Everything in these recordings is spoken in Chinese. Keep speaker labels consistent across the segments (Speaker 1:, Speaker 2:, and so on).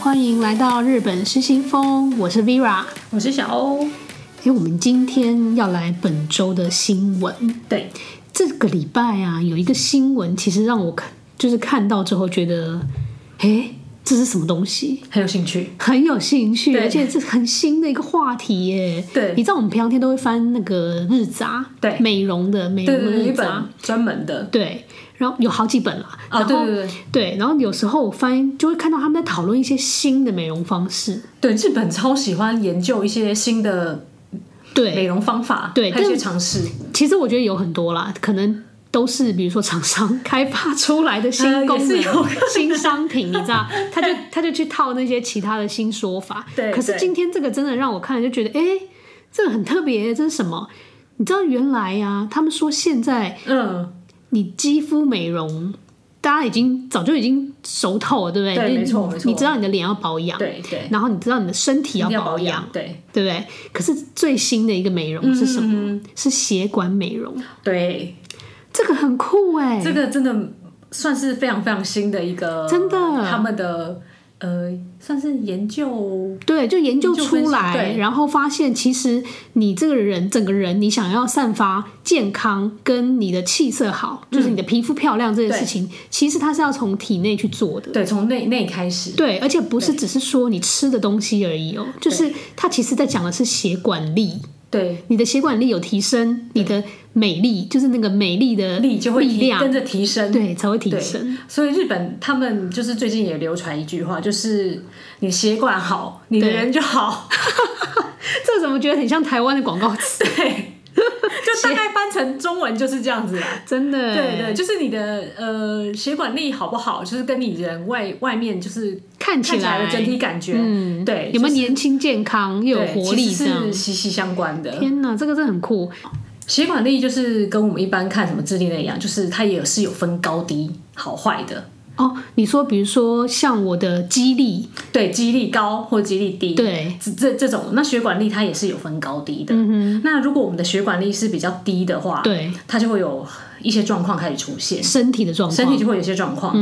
Speaker 1: 欢迎来到日本失心疯，我是 Vera。
Speaker 2: 我是小欧。
Speaker 1: 哎，我们今天要来本周的新闻。
Speaker 2: 对，
Speaker 1: 这个礼拜啊，有一个新闻，其实让我看，就是看到之后觉得，哎，这是什么东西？
Speaker 2: 很有兴趣。
Speaker 1: 很有兴趣，
Speaker 2: 对
Speaker 1: 而且这是很新的一个话题耶。
Speaker 2: 对
Speaker 1: 你知道我们平常天都会翻那个日杂，
Speaker 2: 对
Speaker 1: 美容的美容
Speaker 2: 对
Speaker 1: 的
Speaker 2: 对对，一
Speaker 1: 日
Speaker 2: 本
Speaker 1: 杂，
Speaker 2: 专门的。
Speaker 1: 对，然后有好几本啦。
Speaker 2: 啊，
Speaker 1: 然
Speaker 2: 对
Speaker 1: 后
Speaker 2: 对对
Speaker 1: 对，然后有时候我翻就会看到他们在讨论一些新的美容方式，
Speaker 2: 对，日本超喜欢研究一些新的美
Speaker 1: 对，
Speaker 2: 容方法，
Speaker 1: 对
Speaker 2: 还有一
Speaker 1: 但
Speaker 2: 些尝试。
Speaker 1: 其实我觉得有很多啦，可能都是比如说厂商开发出来的新
Speaker 2: 呃也
Speaker 1: 功
Speaker 2: 是
Speaker 1: 能、
Speaker 2: 有
Speaker 1: 新商品，你知 道，他就他就去套那些其他的新说法。
Speaker 2: 对
Speaker 1: 可是
Speaker 2: 对
Speaker 1: 今天这个真的让我看了就觉得，哎，这个很特别，这是什么？你知道原来呀、他们说现在
Speaker 2: 嗯，
Speaker 1: 你肌肤美容，大家已经早就已经熟透了，对不对？
Speaker 2: 对
Speaker 1: 就是
Speaker 2: 没错没错
Speaker 1: 你知道你的脸要保养，
Speaker 2: 对对，
Speaker 1: 然后你知道你的身体
Speaker 2: 一
Speaker 1: 要
Speaker 2: 定要
Speaker 1: 保
Speaker 2: 保
Speaker 1: 养，
Speaker 2: 养。对
Speaker 1: 对不对？可是最新的一个美容是什么？是血管美容，
Speaker 2: 嗯对，
Speaker 1: 这个很酷哎、
Speaker 2: 这个真的算是非常非常新的一个，
Speaker 1: 真的
Speaker 2: 他们的呃，算是研究。
Speaker 1: 对，就研究
Speaker 2: 研究分析
Speaker 1: 出来，
Speaker 2: 对
Speaker 1: 然后发现其实你这个人整个人，你想要散发健康跟你的气色好，
Speaker 2: 嗯
Speaker 1: 就是你的皮肤漂亮这件事情，其实它是要从体内去做的。
Speaker 2: 对，从内内开始。
Speaker 1: 对，而且不是只是说你吃的东西而已哦，就是它其实在讲的是血管力，
Speaker 2: 对，
Speaker 1: 你的血管力有提升，你的美丽就是那个美丽的
Speaker 2: 力就会
Speaker 1: 力
Speaker 2: 提
Speaker 1: 量，
Speaker 2: 跟着提升。
Speaker 1: 对，才会提
Speaker 2: 对
Speaker 1: 升。
Speaker 2: 所以日本他们就是最近也流传一句话，就是你血管好，你的
Speaker 1: 对
Speaker 2: 人 就好，
Speaker 1: 这怎么觉得很像台湾的广告词？
Speaker 2: 对， 就大概翻成中文就是这样子啦。
Speaker 1: 真的，
Speaker 2: 对对，，就是你的呃血管力好不好，就是跟你人外外面就是
Speaker 1: 看起
Speaker 2: 看起来的整体感觉，
Speaker 1: 嗯，
Speaker 2: 对，
Speaker 1: 有没有
Speaker 2: 就是
Speaker 1: 年轻健康又有
Speaker 2: 对
Speaker 1: 活
Speaker 2: 其
Speaker 1: 力
Speaker 2: 实
Speaker 1: 这样
Speaker 2: 是？息息相关的。
Speaker 1: 天哪，这个真的很酷。
Speaker 2: 血管力就是跟我们一般看什么智力那一样，就是它也是有分高低好坏的，
Speaker 1: 哦，你说，比如说像我的肌力，
Speaker 2: 对，肌力高或肌力低，
Speaker 1: 对，
Speaker 2: 这这这种，那血管力它也是有分高低的。那如果我们的血管力是比较低的话，
Speaker 1: 嗯对，
Speaker 2: 它就会有一些状况开始出现，
Speaker 1: 身体的状况，嗯
Speaker 2: 身体就会有一些状况。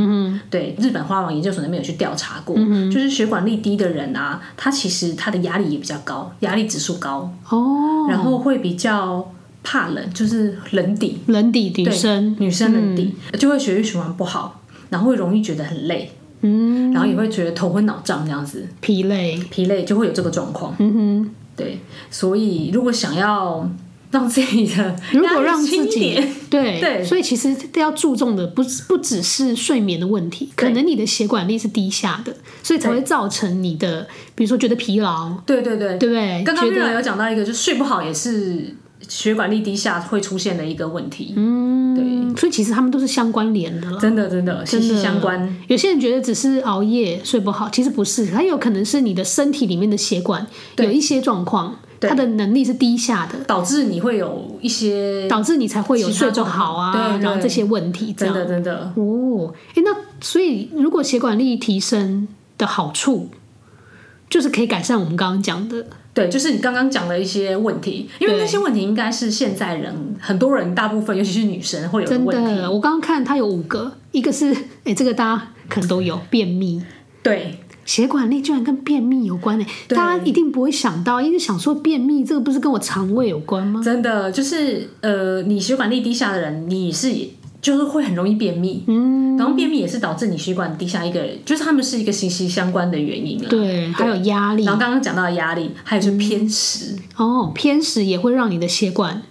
Speaker 2: 对，日本花王研究所那边有去调查过，就是血管力低的人啊，他其实他的压力也比较高，压力指数高，
Speaker 1: 哦，
Speaker 2: 然后会比较怕冷，就是冷底，
Speaker 1: 人底女生，嗯
Speaker 2: 女生冷底、就会血液循环不好，然后会容易觉得很累，嗯，然后也会觉得头昏脑胀这样子。
Speaker 1: 疲累，
Speaker 2: 疲累就会有这个状况。嗯哼，对，所以如果想要让自己的
Speaker 1: 如
Speaker 2: 压
Speaker 1: 果
Speaker 2: 力
Speaker 1: 让
Speaker 2: 轻
Speaker 1: 自
Speaker 2: 一
Speaker 1: 己
Speaker 2: 点
Speaker 1: 对
Speaker 2: 对
Speaker 1: 所以其实要注重的不不只是睡眠的问题，可能你的血管力是低下的，所以才会造成你的，比如说觉得疲劳，
Speaker 2: 对对对，
Speaker 1: 对不对？
Speaker 2: 刚刚
Speaker 1: 哎觉
Speaker 2: 瑞
Speaker 1: 得
Speaker 2: 老有讲到一个，就是睡不好也是血管力低下会出现的一个问题。嗯，对，
Speaker 1: 嗯所以其实他们都是相关联的啦。
Speaker 2: 真的真的息
Speaker 1: 真
Speaker 2: 息
Speaker 1: 的
Speaker 2: 相关。
Speaker 1: 有些人觉得只是熬夜睡不好，其实不是，它有可能是你的身体里面的血管有一些状况，它的能力是低下的，
Speaker 2: 导致你会有一些
Speaker 1: 导致你才会有
Speaker 2: 其他
Speaker 1: 睡不
Speaker 2: 状
Speaker 1: 好
Speaker 2: 况
Speaker 1: 啊，
Speaker 2: 对对
Speaker 1: 然后这些问题这
Speaker 2: 真
Speaker 1: 样。
Speaker 2: 的真的
Speaker 1: 哦，哎，那所以如果血管力提升的好处，就是可以改善我们刚刚讲的，
Speaker 2: 对，就是你刚刚讲的一些问题，因为
Speaker 1: 对
Speaker 2: 那些问题应该是现在人很多人大部分，尤其是女生会有的
Speaker 1: 真
Speaker 2: 问题。
Speaker 1: 的。我刚刚看它有五个，一个是哎，这个大家可能都有便秘。
Speaker 2: 对，
Speaker 1: 血管力居然跟便秘有关呢、欸
Speaker 2: 对
Speaker 1: 大家一定不会想到，因为想说便秘这个不是跟我肠胃有关吗？
Speaker 2: 真的就是呃，你血管力低下的人，你是就是会很容易便秘，嗯，然后便秘也是导致你血管低下一个，就是他们是一个息息相关的原因了。啊
Speaker 1: 对，还有压力
Speaker 2: 然后刚刚讲到的压力，还有就是偏食，
Speaker 1: 哦，偏食也会让你的血管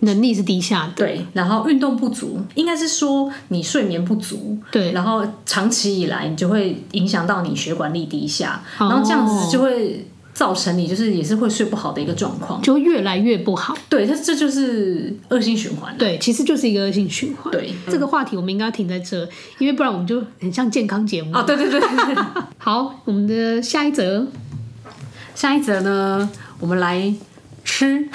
Speaker 1: 能力是低下的。
Speaker 2: 对，然后运动不足，应该是说你睡眠不足，
Speaker 1: 对，
Speaker 2: 然后长期以来你就会影响到你血管力低下，
Speaker 1: 哦
Speaker 2: 然后这样子就会造成你就是也是会睡不好的一个状况。
Speaker 1: 就越来越不好。
Speaker 2: 对，这这就是恶性 循环。
Speaker 1: 对，其实就是一个恶性循环。
Speaker 2: 对，
Speaker 1: 这个话题我们应该要停在这，因为不然我们就很像健康节目。
Speaker 2: 哦，对对对。
Speaker 1: 好，我们的下一则，
Speaker 2: 下一则呢，我们来吃，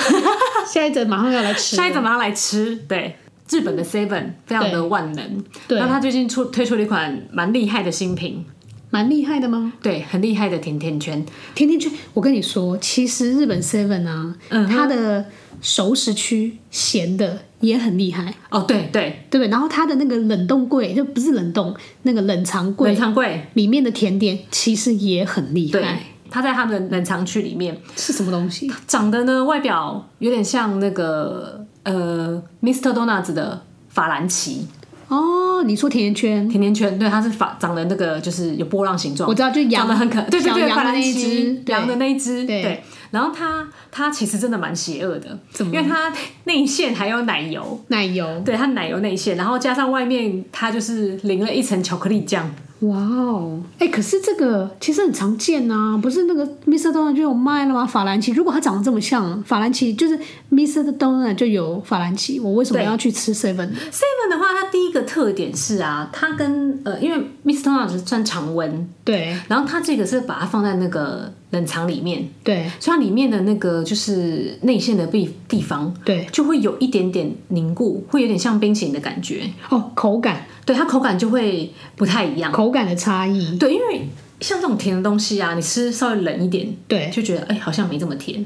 Speaker 1: 下一则马上要来吃了。
Speaker 2: 下一则马上来吃。对，日本的 Seven 非常的万能，
Speaker 1: 对
Speaker 2: 那它最近出推出了一款蛮厉害的新品，
Speaker 1: 蛮厉害的吗？
Speaker 2: 对，很厉害的甜甜圈。
Speaker 1: 甜甜圈，我跟你说，其实日本 Seven 啊，
Speaker 2: 嗯哼
Speaker 1: 它的熟食区咸的也很厉害，
Speaker 2: 哦，对对，
Speaker 1: 对不对？然后它的那个冷冻柜，就不是冷冻，那个冷藏
Speaker 2: 冷
Speaker 1: 柜
Speaker 2: 藏柜，
Speaker 1: 里面的甜点其实也很厉
Speaker 2: 对
Speaker 1: 害，，
Speaker 2: 它在它的冷藏区里面
Speaker 1: 是什么东西？
Speaker 2: 长得呢，外表有点像那个呃，Mr. Donuts 的法兰奇
Speaker 1: 哦，你说甜甜圈，
Speaker 2: 甜甜圈，对，它是法长得那个就是有波浪形状
Speaker 1: 我，知道，就
Speaker 2: 长
Speaker 1: 羊
Speaker 2: 得很可，对对
Speaker 1: 小
Speaker 2: 对，
Speaker 1: 羊
Speaker 2: 法
Speaker 1: 的
Speaker 2: 兰
Speaker 1: 那一只
Speaker 2: 奇，羊的那一只，
Speaker 1: 对
Speaker 2: 对。然后它它其实真的蛮邪恶的，
Speaker 1: 怎么
Speaker 2: 因为它 内馅还有奶油，
Speaker 1: 奶油，
Speaker 2: 对，它奶油内馅，然后加上外面它就是淋了一层巧克力酱，
Speaker 1: 哇哦，哎，可是这个其实很常见啊，不是那个 Mr. Donut 就有卖了吗？法兰奇，如果它长得这么像，法兰奇就是 Mr. Donut 就有法兰奇，我为什么
Speaker 2: 对
Speaker 1: 要去吃 Seven？
Speaker 2: Seven 的话，它第一个特点是啊，它跟呃，因为 Mr. Donuts 算常温，
Speaker 1: 对
Speaker 2: 然后它这个是把它放在那个冷藏里面，
Speaker 1: 对
Speaker 2: 所以它里面的那个就是内馅的地地方，
Speaker 1: 对，
Speaker 2: 就会有一点点凝固，会有点像冰淇淋的感觉，
Speaker 1: 哦，口感
Speaker 2: 对，它口感就会不太一样。
Speaker 1: 口感的差异，
Speaker 2: 对，因为像这种甜的东西啊，你吃稍微冷一点，
Speaker 1: 对
Speaker 2: 就觉得哎、好像没这么甜。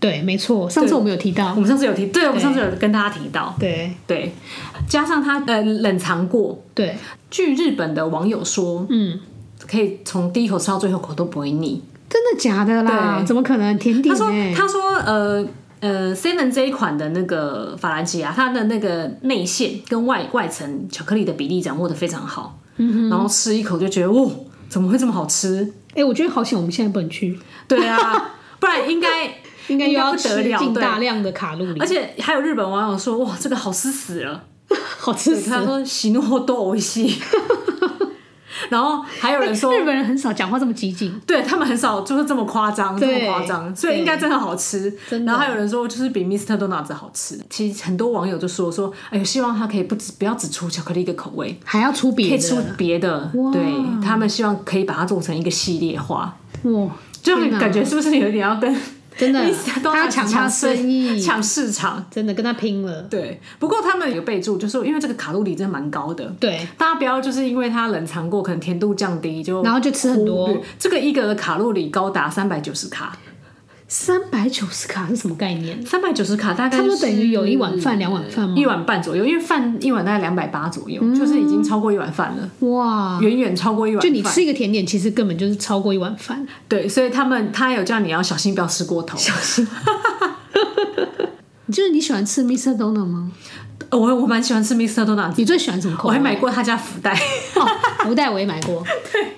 Speaker 1: 对，没错，上次我们有提
Speaker 2: 我
Speaker 1: 到，
Speaker 2: 们上次有提，对我们上次有跟大家提到，
Speaker 1: 对
Speaker 2: 对，加上它呃冷藏过。
Speaker 1: 对，
Speaker 2: 据日本的网友说，
Speaker 1: 嗯，
Speaker 2: 可以从第一口吃到最后口都不会腻。
Speaker 1: 真的假的啦？
Speaker 2: 对
Speaker 1: 怎么可能甜点、
Speaker 2: 他说
Speaker 1: 欸？，
Speaker 2: 他说，呃呃，Seven 这一款的那个法兰奇啊，它的那个内馅跟外外层巧克力的比例掌握的非常好，嗯、然后吃一口就觉得，哇，怎么会这么好吃？
Speaker 1: 哎、我觉得好险，我们现在不能去，
Speaker 2: 对啊， 不然应该。
Speaker 1: 应该又要
Speaker 2: 应该不得
Speaker 1: 吃
Speaker 2: 了
Speaker 1: 进
Speaker 2: 对
Speaker 1: 大量的卡路里
Speaker 2: 而，且还有日本网友说，哇，这个好吃死了。
Speaker 1: 好吃死
Speaker 2: 他
Speaker 1: 了。
Speaker 2: 说喜怒都欧西。 然后还有人说，
Speaker 1: 日本人很少讲话这么激进，
Speaker 2: 对他们很少就是这么夸张，这
Speaker 1: 对
Speaker 2: 么夸张，所以应该真的好吃。
Speaker 1: 真的
Speaker 2: 然后还有人说，就是比 Mr. Donuts 好吃。其实很多网友就说说，哎呦，希望它可以不只不要只出巧克力一个口味，
Speaker 1: 还要出
Speaker 2: 可
Speaker 1: 别
Speaker 2: 以出
Speaker 1: 的，
Speaker 2: 别的。
Speaker 1: 哇
Speaker 2: 对他们希望可以把它做成一个系列化，
Speaker 1: 哇，
Speaker 2: 就
Speaker 1: 天哪
Speaker 2: 感觉是不是有点要跟
Speaker 1: 真的
Speaker 2: Mr.
Speaker 1: 他
Speaker 2: Donuts
Speaker 1: 抢他
Speaker 2: 市
Speaker 1: 生意，
Speaker 2: 抢市场？
Speaker 1: 真的跟他拼了。
Speaker 2: 对，不过他们有备注，就说因为这个卡路里真的蛮高的，
Speaker 1: 对，
Speaker 2: 大家不要就是因为它冷藏过，可能甜度降低就
Speaker 1: 然后就吃很
Speaker 2: 忽
Speaker 1: 多
Speaker 2: 略，这个一格的卡路里高达三百九十卡，
Speaker 1: 三百九十卡是什么概念？
Speaker 2: 三百九十卡大概
Speaker 1: 差不多
Speaker 2: 是
Speaker 1: 等于有一碗饭、两碗饭吗？
Speaker 2: 一碗半左右，因为饭一碗大概两百八左右，就是已经超过一碗饭了，
Speaker 1: 哇！
Speaker 2: 远远超过一碗
Speaker 1: 就
Speaker 2: 饭。
Speaker 1: 你吃一个甜点，其实根本就是超过一碗饭。
Speaker 2: 对，所以他们他有叫你要小心不要吃过头。小心，
Speaker 1: 就是你喜欢吃 Mr. Donut 吗？
Speaker 2: 我我蛮喜欢吃 Mr. Donuts，
Speaker 1: 你最喜欢什么口
Speaker 2: 我
Speaker 1: 味？
Speaker 2: 还买过他家福袋。
Speaker 1: 哦，福袋我也买 过。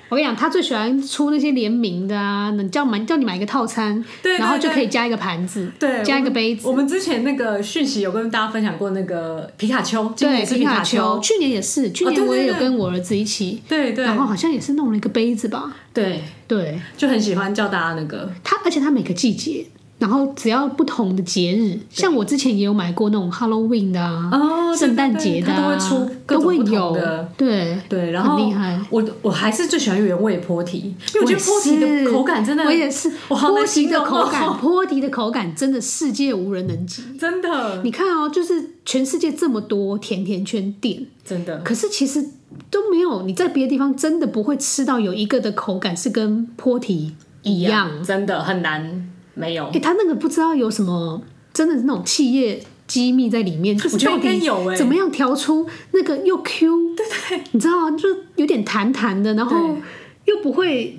Speaker 1: 我跟你讲，他最喜欢出那些联名的啊，你叫买叫你买一个套餐，
Speaker 2: 对对
Speaker 1: 然后就
Speaker 2: 对
Speaker 1: 可以加一个盘子，
Speaker 2: 对，
Speaker 1: 加一
Speaker 2: 我
Speaker 1: 个
Speaker 2: 们
Speaker 1: 杯子。
Speaker 2: 我们之前那个讯息有跟大家分享过那个皮卡丘，今
Speaker 1: 对，
Speaker 2: 年是
Speaker 1: 皮卡
Speaker 2: 卡
Speaker 1: 丘，去年也是，去年
Speaker 2: 对对
Speaker 1: 我也有
Speaker 2: 对
Speaker 1: 跟我儿子一起，
Speaker 2: 对对
Speaker 1: 然后好像也是弄了一个杯子吧，
Speaker 2: 对，
Speaker 1: 对
Speaker 2: 就很喜欢叫大家那个
Speaker 1: 它，而且它每个季节，然后只要不同的节日，像我之前也有买过那种 Halloween 的啊，
Speaker 2: 哦
Speaker 1: 圣诞节的、
Speaker 2: 它
Speaker 1: 啊，
Speaker 2: 都会出各
Speaker 1: 都
Speaker 2: 种
Speaker 1: 会
Speaker 2: 不同
Speaker 1: 有
Speaker 2: 的，，
Speaker 1: 对，
Speaker 2: 对，然后
Speaker 1: 很厉害
Speaker 2: 我我还是最喜欢原味坡蹄，因为我觉得坡蹄
Speaker 1: 我也
Speaker 2: 的
Speaker 1: 是
Speaker 2: 口感真的，
Speaker 1: 我也是，
Speaker 2: 我好
Speaker 1: 波
Speaker 2: 难
Speaker 1: 提
Speaker 2: 形
Speaker 1: 的
Speaker 2: 容
Speaker 1: 口
Speaker 2: 哦
Speaker 1: 感， 波提的口感真的世界无人能及。
Speaker 2: 真的
Speaker 1: 你看哦，就是全世界这么多甜甜圈店，
Speaker 2: 真的，
Speaker 1: 可是其实都没有，你在别的地方真的不会吃到有一个的口感是跟坡提一样。
Speaker 2: 真的很难没有
Speaker 1: 哎、。他那个不知道有什么，真的是那种企业机密在里面，就是
Speaker 2: 觉得
Speaker 1: 到
Speaker 2: 应该
Speaker 1: 底
Speaker 2: 有欸
Speaker 1: 怎么样调出那个又 Q，对对对，你知道、啊，就有点弹弹的，然后
Speaker 2: 对
Speaker 1: 又不会，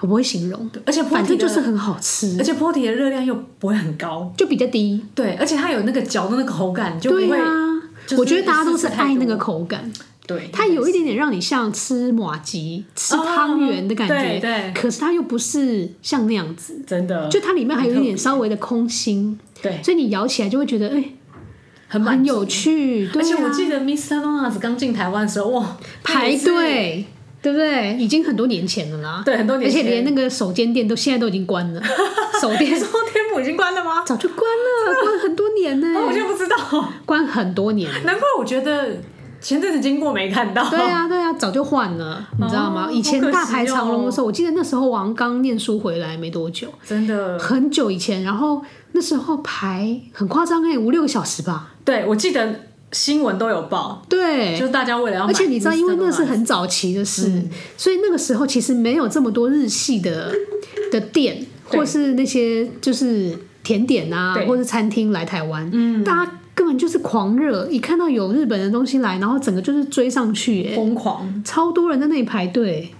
Speaker 1: 我不会形容，
Speaker 2: 而且坡
Speaker 1: 反
Speaker 2: 蹄
Speaker 1: 正
Speaker 2: 的
Speaker 1: 就是，很好吃
Speaker 2: 而，且坡蹄的热量又不会很高，
Speaker 1: 就比较低。
Speaker 2: 对，而且它有那个嚼的那个口感，就不
Speaker 1: 对
Speaker 2: 会
Speaker 1: 啊，
Speaker 2: 就是
Speaker 1: 我觉得大家都
Speaker 2: 一次
Speaker 1: 是
Speaker 2: 吃太
Speaker 1: 爱那个
Speaker 2: 多
Speaker 1: 口感。
Speaker 2: 对
Speaker 1: 它有一点点让你像吃马吉、吃汤圆的感觉，
Speaker 2: 哦对对
Speaker 1: 可是它又不是像那样子，
Speaker 2: 真的
Speaker 1: 就它里面还有一点稍微的空心，
Speaker 2: 对
Speaker 1: 所以你咬起来就会觉得哎、
Speaker 2: 很满
Speaker 1: 很
Speaker 2: 足。
Speaker 1: 有趣，对、啊、
Speaker 2: 而且我记得 Mr. Donuts 刚进台湾的时候，哇，
Speaker 1: 排
Speaker 2: 那也是，
Speaker 1: 队。对不对？已经很多年前了啦，
Speaker 2: 对很多年前
Speaker 1: 而且连那个手煎店都现在都已经关 了，手
Speaker 2: 你
Speaker 1: 店
Speaker 2: 说天母已经关了吗？
Speaker 1: 早就关了，关很多年呢、
Speaker 2: 啊我就不知道，
Speaker 1: 关很多 年了。
Speaker 2: 难怪我觉得前阵子经过没看到。
Speaker 1: 对啊，对啊，早就换了，你知道吗？
Speaker 2: 哦
Speaker 1: 以前
Speaker 2: 好可惜
Speaker 1: 大排长龙的
Speaker 2: 哦
Speaker 1: 时候，我记得那时候我好像刚念书回来没多久，
Speaker 2: 真的，
Speaker 1: 很欸久以前，然后那时候排很夸张哎，五六个小时吧。
Speaker 2: 对我记得新闻都有报，
Speaker 1: 对
Speaker 2: 就。是大家为了要买，嗯
Speaker 1: 而且你知道，因为那是
Speaker 2: 很
Speaker 1: 很早期的事，所以那个时候其实没有这么多日系的的店，
Speaker 2: 对
Speaker 1: 或是那些就是甜点啊，
Speaker 2: 对
Speaker 1: 或是餐厅来台湾，嗯，大家根本就是狂热，一看到有日本的东西来，然后整个就是追上去、耶
Speaker 2: 疯狂。
Speaker 1: 超多人在那里排 队，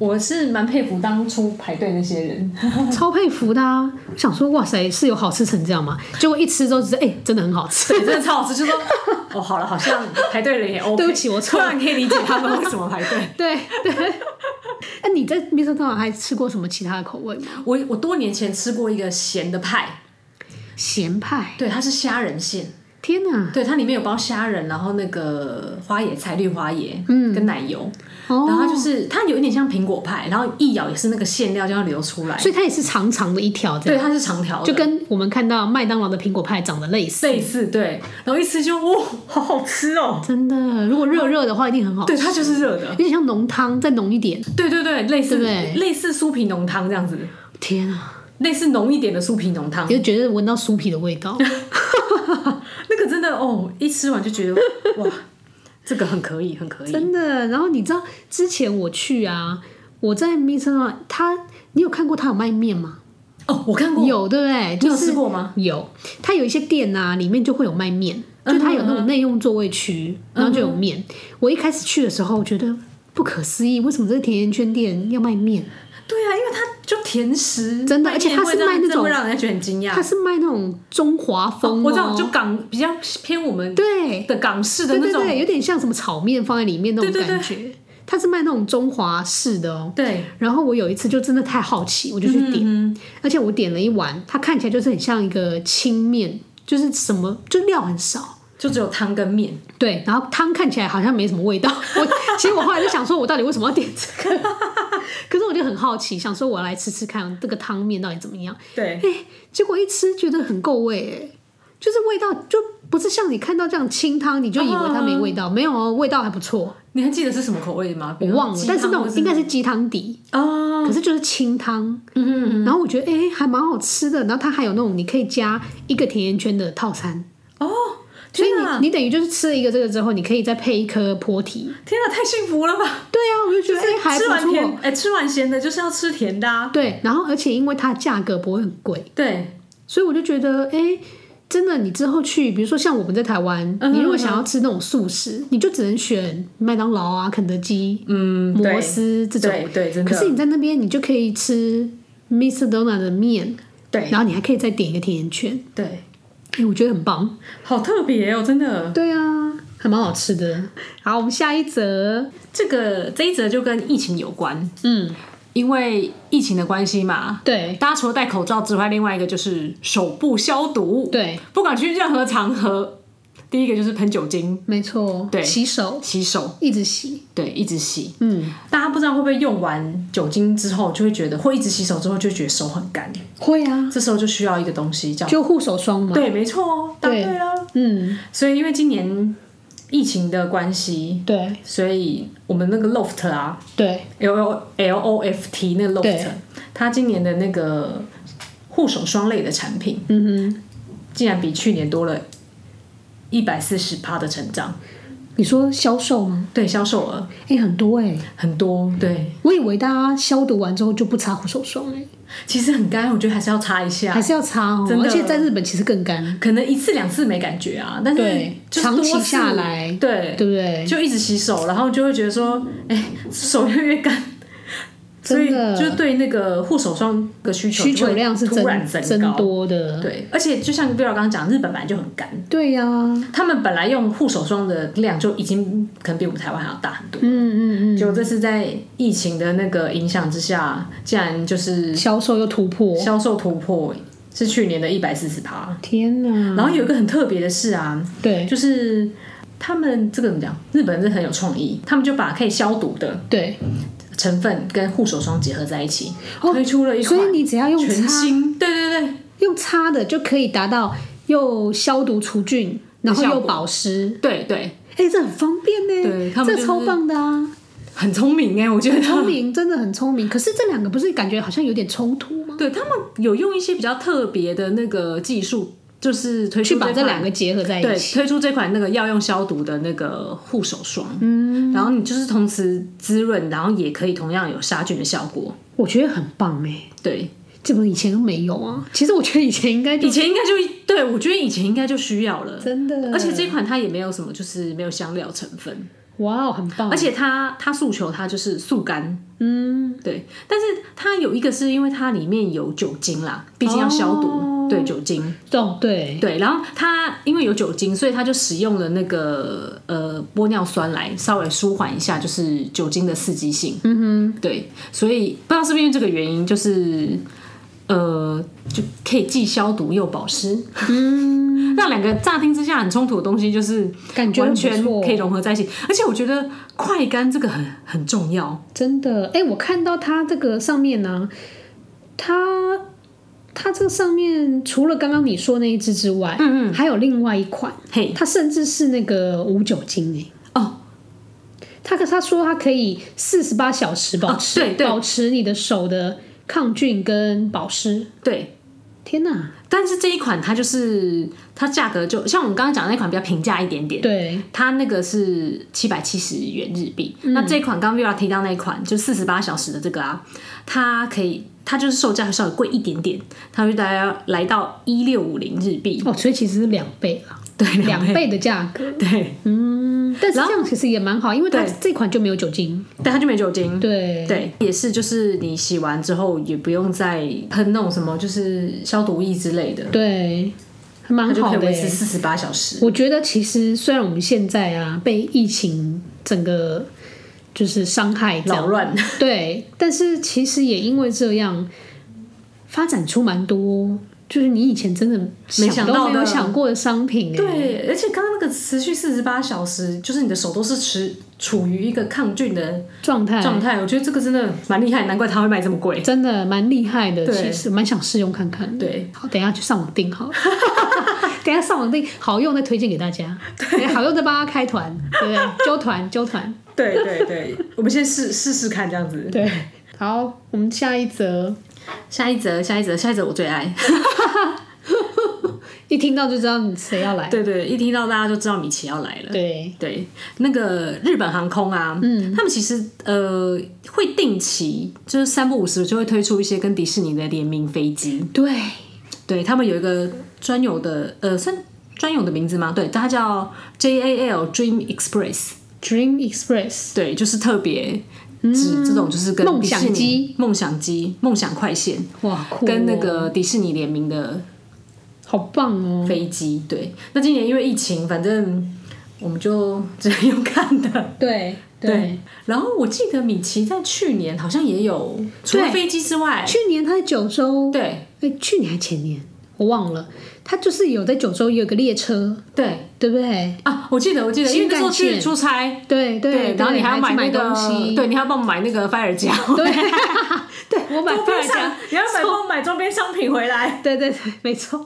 Speaker 2: 我是蛮佩服当初排队那些人，
Speaker 1: 超佩服的、啊。我想说，哇塞，是有好吃成这样吗？结果一吃之后，就是哎、真的很好吃。
Speaker 2: 真的超好吃。就说 哦，好了，好像排 队人也 OK。
Speaker 1: 对不起我
Speaker 2: 突
Speaker 1: 错了
Speaker 2: 然可以理解他们为什么排队。
Speaker 1: 对对。 哎、你在 m i s o t o 还吃过什么其他的口味吗？
Speaker 2: 我我多年前吃过一个咸的派，
Speaker 1: 咸派，
Speaker 2: 对，它是虾仁馅，
Speaker 1: 天哪！
Speaker 2: 对，它里面有包虾仁，然后那个花椰菜、绿花椰，嗯，跟奶油，
Speaker 1: 哦
Speaker 2: 然后它就是它有一点像苹果派，然后一咬也是那个馅料就要流出来，
Speaker 1: 所以它也是长长的一条，这
Speaker 2: 对，
Speaker 1: 样
Speaker 2: 它是长条的，
Speaker 1: 就跟我们看到麦当劳的苹果派长得类似。
Speaker 2: 类似对，然后一吃就哇、好好吃哦，
Speaker 1: 真的，如果热热的话，一定很好吃。
Speaker 2: 对，它就是热的
Speaker 1: 有，点像浓汤，再浓一点。
Speaker 2: 对对对，类似
Speaker 1: 对不对
Speaker 2: 类似酥皮浓汤这样子，
Speaker 1: 天啊，
Speaker 2: 类似浓一点的酥皮浓汤
Speaker 1: 你，就觉得闻到酥皮的味道。
Speaker 2: 那个真的哦，一吃完就觉得哇，这个很可以，很可以，
Speaker 1: 真的。然后你知道之前我去啊，我在 m i s 上，他你有看过他有卖面吗？
Speaker 2: 哦，我看过，
Speaker 1: 有，对不对？
Speaker 2: 你
Speaker 1: 就
Speaker 2: 有
Speaker 1: 是
Speaker 2: 吃过吗？
Speaker 1: 有，它有一些店啊，里面就会有卖面，
Speaker 2: 嗯
Speaker 1: 就它有那种内用座位区，然后就有面。我一开始去的时候觉得不可思议，为什么这个甜甜圈店要卖面？
Speaker 2: 对啊，因为它就甜食，
Speaker 1: 真的而且它是
Speaker 2: 会让
Speaker 1: 卖那
Speaker 2: 真的
Speaker 1: 种
Speaker 2: 会让人家觉得很惊讶
Speaker 1: 它。是卖那种中华风、哦
Speaker 2: 我知道，就港比较偏我们
Speaker 1: 对
Speaker 2: 的港式的
Speaker 1: 对
Speaker 2: 那
Speaker 1: 对
Speaker 2: 种，
Speaker 1: 对，有点像什么炒面放在里面那种
Speaker 2: 对对对
Speaker 1: 感觉。它是卖那种中华式的哦。
Speaker 2: 对
Speaker 1: 然后我有一次就真的太好奇，我就去点，
Speaker 2: 嗯
Speaker 1: 而且我点了一碗，它看起来就是很像一个清面，就是什么就料很少，
Speaker 2: 就只有汤跟面。
Speaker 1: 对，然后汤看起来好像没什么味道。 我其实我后来就想说，我到底为什么要点这个？ 可是我就很好奇，想说我要来吃吃看这个汤面到底怎么样。
Speaker 2: 对，
Speaker 1: 哎，结果一吃觉得很够味，哎，就是味道就不是像你看到这样清汤，你就以为它没味道，
Speaker 2: 啊
Speaker 1: 没有哦，味道还不错。
Speaker 2: 你还记得是什么口味吗？
Speaker 1: 我忘了，但是那种应该
Speaker 2: 是
Speaker 1: 是鸡汤底，
Speaker 2: 啊，
Speaker 1: 可是就是清汤。
Speaker 2: 嗯，
Speaker 1: 然后我觉得哎、还蛮好吃的，然后它还有那种你可以加一个甜甜圈的套餐。所以
Speaker 2: 天啊
Speaker 1: 你你等于就是吃了一个这个之后，你可以再配一颗波提，
Speaker 2: 天啊，太幸福了吧！
Speaker 1: 对啊，我就觉得哎、还
Speaker 2: 吃完
Speaker 1: 不
Speaker 2: 甜
Speaker 1: 错。，
Speaker 2: 哎，吃完咸的就是要吃甜的啊。
Speaker 1: 对，然后而且因为它价格不会很贵，
Speaker 2: 对，
Speaker 1: 所以我就觉得哎、真的你之后去，比如说像我们在台湾，
Speaker 2: 嗯哼
Speaker 1: 你如果想要吃那种素食，你就只能选麦当劳啊、肯德基、嗯、摩斯这种。
Speaker 2: 对对，真的。
Speaker 1: 可是你在那边，你就可以吃 Mr. Donut 的面，
Speaker 2: 对
Speaker 1: 然后你还可以再点一个甜甜圈，
Speaker 2: 对，
Speaker 1: 哎、我觉得很棒。
Speaker 2: 好特别哦，真的。
Speaker 1: 对啊，还蛮好吃的。 好，我们下一则，
Speaker 2: 这个这一则就跟疫情有关，
Speaker 1: 嗯，
Speaker 2: 因为疫情的关系嘛，
Speaker 1: 对
Speaker 2: 大家除了戴口罩之外，另外一个就是手部消毒。，
Speaker 1: 对，
Speaker 2: 不管去任何场合，第一个就是喷酒精、
Speaker 1: 没错，
Speaker 2: 对
Speaker 1: 洗手
Speaker 2: 洗手，
Speaker 1: 一直洗，
Speaker 2: 对，一直洗。
Speaker 1: 嗯。
Speaker 2: 大家不知道会不会用完酒精之后，就会觉得会一直洗手之后就觉得手很干，
Speaker 1: 会啊，
Speaker 2: 这时候就需要一个东西叫
Speaker 1: 就护手霜嘛。，
Speaker 2: 对，没错哦，答对了。
Speaker 1: 嗯，
Speaker 2: 所以因为今年疫情的关系，
Speaker 1: 对
Speaker 2: 所以我们那个 Loft 啊，
Speaker 1: 对，
Speaker 2: L L L O F T 那个
Speaker 1: 对
Speaker 2: Loft，它今年的那个护手霜类的产品，
Speaker 1: 嗯哼。
Speaker 2: 竟然比去年多了一百四十趴的成长，
Speaker 1: 你说销售吗？
Speaker 2: 对销售额
Speaker 1: 哎、很多哎、
Speaker 2: 很多，对，
Speaker 1: 我以为大家消毒完之后就不擦护手霜哎、
Speaker 2: 其实很干，我觉得还是要擦一下
Speaker 1: 还，是要擦哦、
Speaker 2: 真的
Speaker 1: 而且在日本其实更干，
Speaker 2: 可能一次两次没感觉啊，但是
Speaker 1: 对
Speaker 2: 就是多次
Speaker 1: 长期下来
Speaker 2: 对
Speaker 1: 对不对？
Speaker 2: 就一直洗手，然后就会觉得说，哎、手越来越干。所以
Speaker 1: 真的
Speaker 2: 就对那个护手霜的需求
Speaker 1: 需
Speaker 2: 就
Speaker 1: 求
Speaker 2: 会
Speaker 1: 量是
Speaker 2: 突然
Speaker 1: 增
Speaker 2: 增
Speaker 1: 增
Speaker 2: 高，
Speaker 1: 多的。
Speaker 2: 对，而且就像 Vera 刚刚讲，日本本来就很干，
Speaker 1: 对呀、
Speaker 2: 他们本来用护手霜的量就已经可能比我们台湾还要大很多，
Speaker 1: 嗯嗯
Speaker 2: 就这次在疫情的那个影响之下，竟然就是
Speaker 1: 嗯，销售又突破，
Speaker 2: 销售突破是去年的一百四十趴。
Speaker 1: 天哪！
Speaker 2: 然后有一个很特别的事啊，
Speaker 1: 对
Speaker 2: 就是他们这个怎么讲？日本人是很有创意，他们就把可以消毒的
Speaker 1: 对，
Speaker 2: 成分跟护手霜结合在一起，
Speaker 1: 哦
Speaker 2: 推出了一
Speaker 1: 所以
Speaker 2: 款
Speaker 1: 你只要用
Speaker 2: 全
Speaker 1: 擦
Speaker 2: 新，对对对
Speaker 1: 用擦的就可以达到又消毒除菌，然后
Speaker 2: 效
Speaker 1: 又
Speaker 2: 果
Speaker 1: 保湿。
Speaker 2: 对对，
Speaker 1: 哎、这很方便呢、
Speaker 2: 对他们就
Speaker 1: 这
Speaker 2: 是
Speaker 1: 超棒的啊！
Speaker 2: 很聪明哎，我觉得
Speaker 1: 聪明，真的很聪明。可是这两个不是感觉好像有点冲突吗？
Speaker 2: 对他们有用一些比较特别的那个技术就是推出
Speaker 1: 去把
Speaker 2: 这
Speaker 1: 这
Speaker 2: 款
Speaker 1: 两个结合在
Speaker 2: 对
Speaker 1: 一起。
Speaker 2: 推出这款那个药用消毒的那个护手霜，嗯，然后你就是同时滋润，然后也可以同样有杀菌的效果。
Speaker 1: 我觉得很棒哎、
Speaker 2: 对，
Speaker 1: 这不以前都没有啊？其实我觉得以前应该就
Speaker 2: 以前应该就对我觉得以前应该就需要了，
Speaker 1: 真的，
Speaker 2: 而且这款它也没有什么，就是没有香料成分，
Speaker 1: 哇哦，很棒！
Speaker 2: 而且它它诉求它就是速干，嗯，对。但是它有一个是因为它里面有酒精啦，毕竟要消毒，
Speaker 1: 哦
Speaker 2: 对酒精，
Speaker 1: 哦，对，
Speaker 2: 对。然后它因为有酒精，所以它就使用了那个呃玻尿酸来稍微舒缓一下，就是酒精的刺激性，嗯哼，对。所以不知道是不是因为这个原因，就是呃就可以既消毒又保湿，嗯。 让两个乍听之下很冲突的东西，就是
Speaker 1: 感觉很
Speaker 2: 完
Speaker 1: 不
Speaker 2: 全
Speaker 1: 错哦
Speaker 2: 可以融合在一起。而且我觉得快干这个很很重要，
Speaker 1: 真的，哎、我看到它这个上面呢、它它这个上面除了刚刚你说那一支之外，嗯嗯，还有另外一款，
Speaker 2: 嘿，
Speaker 1: 它甚至是那个无酒精哎、
Speaker 2: 哦，
Speaker 1: 他可他说它可以四十八小时保持、
Speaker 2: 哦对对
Speaker 1: 保持你的手的抗菌跟保湿。
Speaker 2: 对。
Speaker 1: 天哪，
Speaker 2: 但是这一款它就是它价格就像我们刚刚讲的那款比较平价一点点，
Speaker 1: 对，
Speaker 2: 它那个是七百七十元日币。
Speaker 1: 嗯
Speaker 2: 那这一款刚 Vera 提到那一款就四十八小时的这个啊，它可以它就是售价稍微贵一点点，它就大概来到一六五零日币，
Speaker 1: 哦，所以其实是两倍啦，
Speaker 2: 对，
Speaker 1: 两
Speaker 2: 两倍，
Speaker 1: 倍的价格。
Speaker 2: 对，
Speaker 1: 嗯，但是这样其实也蛮好，因为它
Speaker 2: 对
Speaker 1: 这款就没有酒精。
Speaker 2: 但它就没酒精，
Speaker 1: 对，
Speaker 2: 对，也是，就是你洗完之后也不用再喷那种什么，就是消毒液之类的，
Speaker 1: 对，还蛮
Speaker 2: 它就
Speaker 1: 好
Speaker 2: 可以
Speaker 1: 的
Speaker 2: 维
Speaker 1: 欸、
Speaker 2: 持四十八小时。
Speaker 1: 我觉得其实虽然我们现在啊被疫情整个就是伤害
Speaker 2: 扰
Speaker 1: 到，
Speaker 2: 乱，
Speaker 1: 对，但是其实也因为这样发展出蛮多，就是你以前真的
Speaker 2: 想
Speaker 1: 都
Speaker 2: 到
Speaker 1: 没有
Speaker 2: 的
Speaker 1: 想过的商品、欸，，
Speaker 2: 对，而且刚刚那个持续四十八小时，就是你的手都是持处于一个抗菌的
Speaker 1: 状态
Speaker 2: 状态，我觉得这个真的蛮厉害，难怪它会卖这么贵。
Speaker 1: 真的蛮厉害的，
Speaker 2: 对
Speaker 1: 其实蛮想试用看看。
Speaker 2: 对，
Speaker 1: 好，等一下去上网订好 了。等一下上网订好用再推荐给大家，对，好用再帮他开团，对不对？揪团揪团，
Speaker 2: 对对对，我们先试试试看这样子。
Speaker 1: 对。好，我们下一则
Speaker 2: 下一则，下一则，下一则我最爱。
Speaker 1: 一听到就知道你谁要来。
Speaker 2: 对对，一听到大家就知道米奇要来了。
Speaker 1: 对，
Speaker 2: 对，那个日本航空啊，嗯，他们其实呃会定期就是三不五时就会推出一些跟迪士尼的联名飞机，
Speaker 1: 对，
Speaker 2: 对他们有一个专有的呃算专有的名字吗？对，它叫 JAL Dream Express，
Speaker 1: Dream Express，
Speaker 2: 对，就是特别指这种就是跟
Speaker 1: 梦
Speaker 2: 迪
Speaker 1: 想
Speaker 2: 士尼
Speaker 1: 机、
Speaker 2: 梦想机、梦想快线
Speaker 1: 哇，酷哦
Speaker 2: 跟那个迪士尼联名的
Speaker 1: 好棒哦！
Speaker 2: 飞机，对，那今年因为疫情，反正我们就只能用看的。
Speaker 1: 对
Speaker 2: 对，然后我记得米奇在去年好像也有，除了飞机之外，
Speaker 1: 去年他在九州，
Speaker 2: 对
Speaker 1: 哎，去年还前年我忘了，他就是有在九州有个列车，
Speaker 2: 对
Speaker 1: 对不对？
Speaker 2: 啊，我记得我记得，因为那时候
Speaker 1: 新干
Speaker 2: 去
Speaker 1: 线
Speaker 2: 出差，
Speaker 1: 对对，
Speaker 2: 然后你还要
Speaker 1: 去
Speaker 2: 那
Speaker 1: 买
Speaker 2: 个
Speaker 1: 东西，
Speaker 2: 对，你还要帮我买那个菲尔夹，
Speaker 1: 对，对我买
Speaker 2: 周
Speaker 1: 菲
Speaker 2: 边
Speaker 1: 尔
Speaker 2: 商
Speaker 1: 夹，，
Speaker 2: 你要买帮我买周边商品回来，
Speaker 1: 对对对，没错。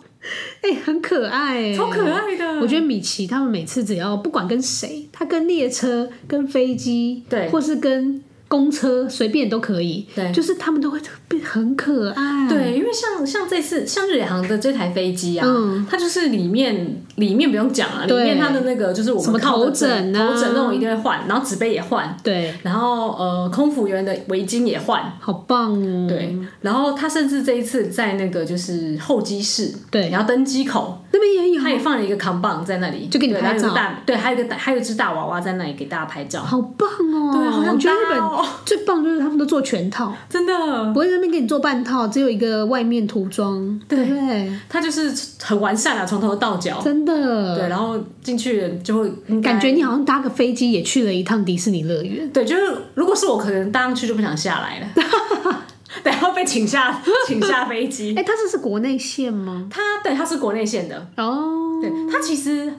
Speaker 1: 哎、很可爱、
Speaker 2: 超可。爱的，
Speaker 1: 我觉得米奇他们每次只要不管跟谁，他跟列车、跟飞机，
Speaker 2: 对
Speaker 1: 或是跟公车，随便都可以，
Speaker 2: 对
Speaker 1: 就是他们都会特别很可爱，，
Speaker 2: 对，因为像像这次像日航的这台飞机啊，
Speaker 1: 嗯
Speaker 2: 它就是里面里面不用讲啊了，里
Speaker 1: 对
Speaker 2: 面它的那个就是我
Speaker 1: 什么
Speaker 2: 们靠的
Speaker 1: 头枕啊
Speaker 2: 头枕那种一定会换，然后纸杯也换，
Speaker 1: 对，
Speaker 2: 然后呃空服员的围巾也换。
Speaker 1: 好棒哦，
Speaker 2: 对，然后他甚至这一次在那个就是候机室，
Speaker 1: 对
Speaker 2: 然后登机口，
Speaker 1: 那边也有
Speaker 2: 他，也放了一个扛棒在那里，
Speaker 1: 就给你
Speaker 2: 对
Speaker 1: 拍
Speaker 2: 然后有
Speaker 1: 照
Speaker 2: 个大，对，还有一个大，还有一只大娃娃在那里给大家拍照，
Speaker 1: 好棒哦，
Speaker 2: 对啊好想
Speaker 1: 我觉得
Speaker 2: 搭
Speaker 1: 日本
Speaker 2: 哦嗯
Speaker 1: 最棒就是他们都做全套，
Speaker 2: 真的，
Speaker 1: 不会在那边给你做半套，只有一个外面涂装，对不对？
Speaker 2: 他就是很完善啊，从头到脚，
Speaker 1: 真的，
Speaker 2: 对，然后进去就会应
Speaker 1: 嗯
Speaker 2: 该
Speaker 1: 感觉你好像搭个飞机也去了一趟迪士尼乐园，
Speaker 2: 对，就是如果是我，可能搭上去就不想 下来了，等下被请下请下飞机
Speaker 1: 哎、。它这是国内线吗？
Speaker 2: 他对，他是国内线的，
Speaker 1: 哦，
Speaker 2: 对，它其实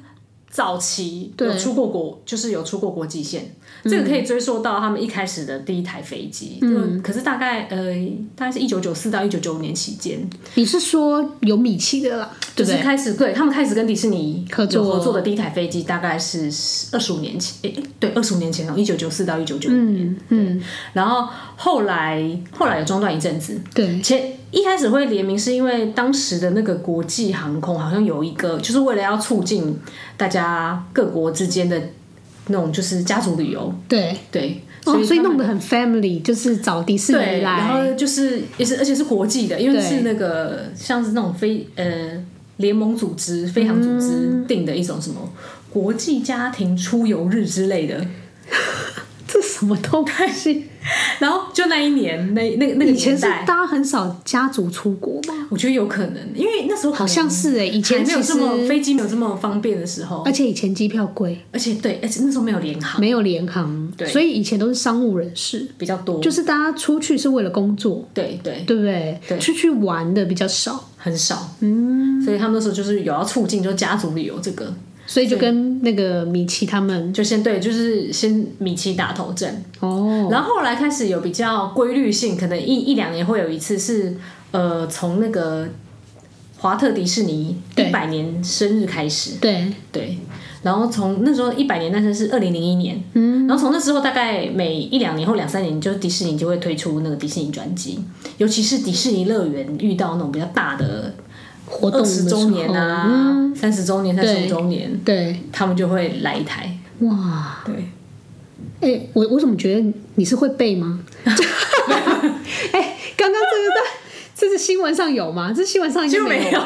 Speaker 2: 早期
Speaker 1: 对
Speaker 2: 有出过国，就是有出过国际线，这个可以追溯到他们一开始的第一台飞机。嗯，可是大概呃，大概是一九九四到一九九五年期间，
Speaker 1: 你是说有米奇的啦，
Speaker 2: 就
Speaker 1: 对不
Speaker 2: 是
Speaker 1: 对？
Speaker 2: 开始对他们开始跟迪士尼
Speaker 1: 合作
Speaker 2: 有合作的第一台飞机，大概是二十五年前，诶、诶对，二十五年前哦，一九九四到一九九五年。
Speaker 1: 嗯嗯，
Speaker 2: 然后后来后来有中断一阵子，
Speaker 1: 对，
Speaker 2: 前一开始会联名，是因为当时的那个国际航空好像有一个，就是为了要促进大家各国之间的那种就是家族旅游，
Speaker 1: 对，
Speaker 2: 对，
Speaker 1: 哦，所以
Speaker 2: 他
Speaker 1: 弄
Speaker 2: 们
Speaker 1: 得很 family，就是找迪士尼
Speaker 2: 对，然
Speaker 1: 来，
Speaker 2: 后就是也是而且是国际的，因为
Speaker 1: 对
Speaker 2: 是那个像是那种非呃联盟组织、飞航组织
Speaker 1: 嗯
Speaker 2: 定的一种什么国际家庭出游日之类的，
Speaker 1: 这什么东西？
Speaker 2: 然后就那一年那 那那个
Speaker 1: 以前
Speaker 2: 年
Speaker 1: 是
Speaker 2: 代
Speaker 1: 大。家很少家族出国吗？
Speaker 2: 我觉得有可能，因为那时候可能
Speaker 1: 好像是哎、以前
Speaker 2: 嗯还没有
Speaker 1: 其
Speaker 2: 这么
Speaker 1: 实，
Speaker 2: 飞机没有这么方便的时候，
Speaker 1: 而且以前机票贵，
Speaker 2: 而且对，而且那时候没有联航
Speaker 1: 没有联航，
Speaker 2: 对哦
Speaker 1: 所以以前都是商务人士，
Speaker 2: 比较多，
Speaker 1: 就是大家出去是为了工作，
Speaker 2: 对对，
Speaker 1: 对不对？
Speaker 2: 对
Speaker 1: 出去玩的比较少，
Speaker 2: 很少，嗯，所以他们那时候就是有要促进就家族旅游这个，
Speaker 1: 所以就跟那个米奇他们
Speaker 2: 就先对，就是先米奇打头阵，
Speaker 1: 哦，
Speaker 2: 然后后来开始有比较规律性，可能一一两年会有一次是呃从那个华特迪士尼
Speaker 1: 对
Speaker 2: 一百年生日开始，
Speaker 1: 对，
Speaker 2: 对，然后从那时候一百年诞生是二零零一年，嗯，然后从那时候大概每一两年或两三年，就迪士尼就会推出那个迪士尼专辑，尤其是迪士尼乐园遇到那种比较大的
Speaker 1: 活动
Speaker 2: 二
Speaker 1: 的时
Speaker 2: 十
Speaker 1: 候嗯
Speaker 2: 周年啊、三十周年、三十五周年，
Speaker 1: 对，
Speaker 2: 他们就会来一台，
Speaker 1: 哇，
Speaker 2: 对，
Speaker 1: 哎、我我怎么觉得你是会背吗？ 哎、刚刚这个在这是新闻上有吗？这新闻上应该
Speaker 2: 新闻
Speaker 1: 没 啊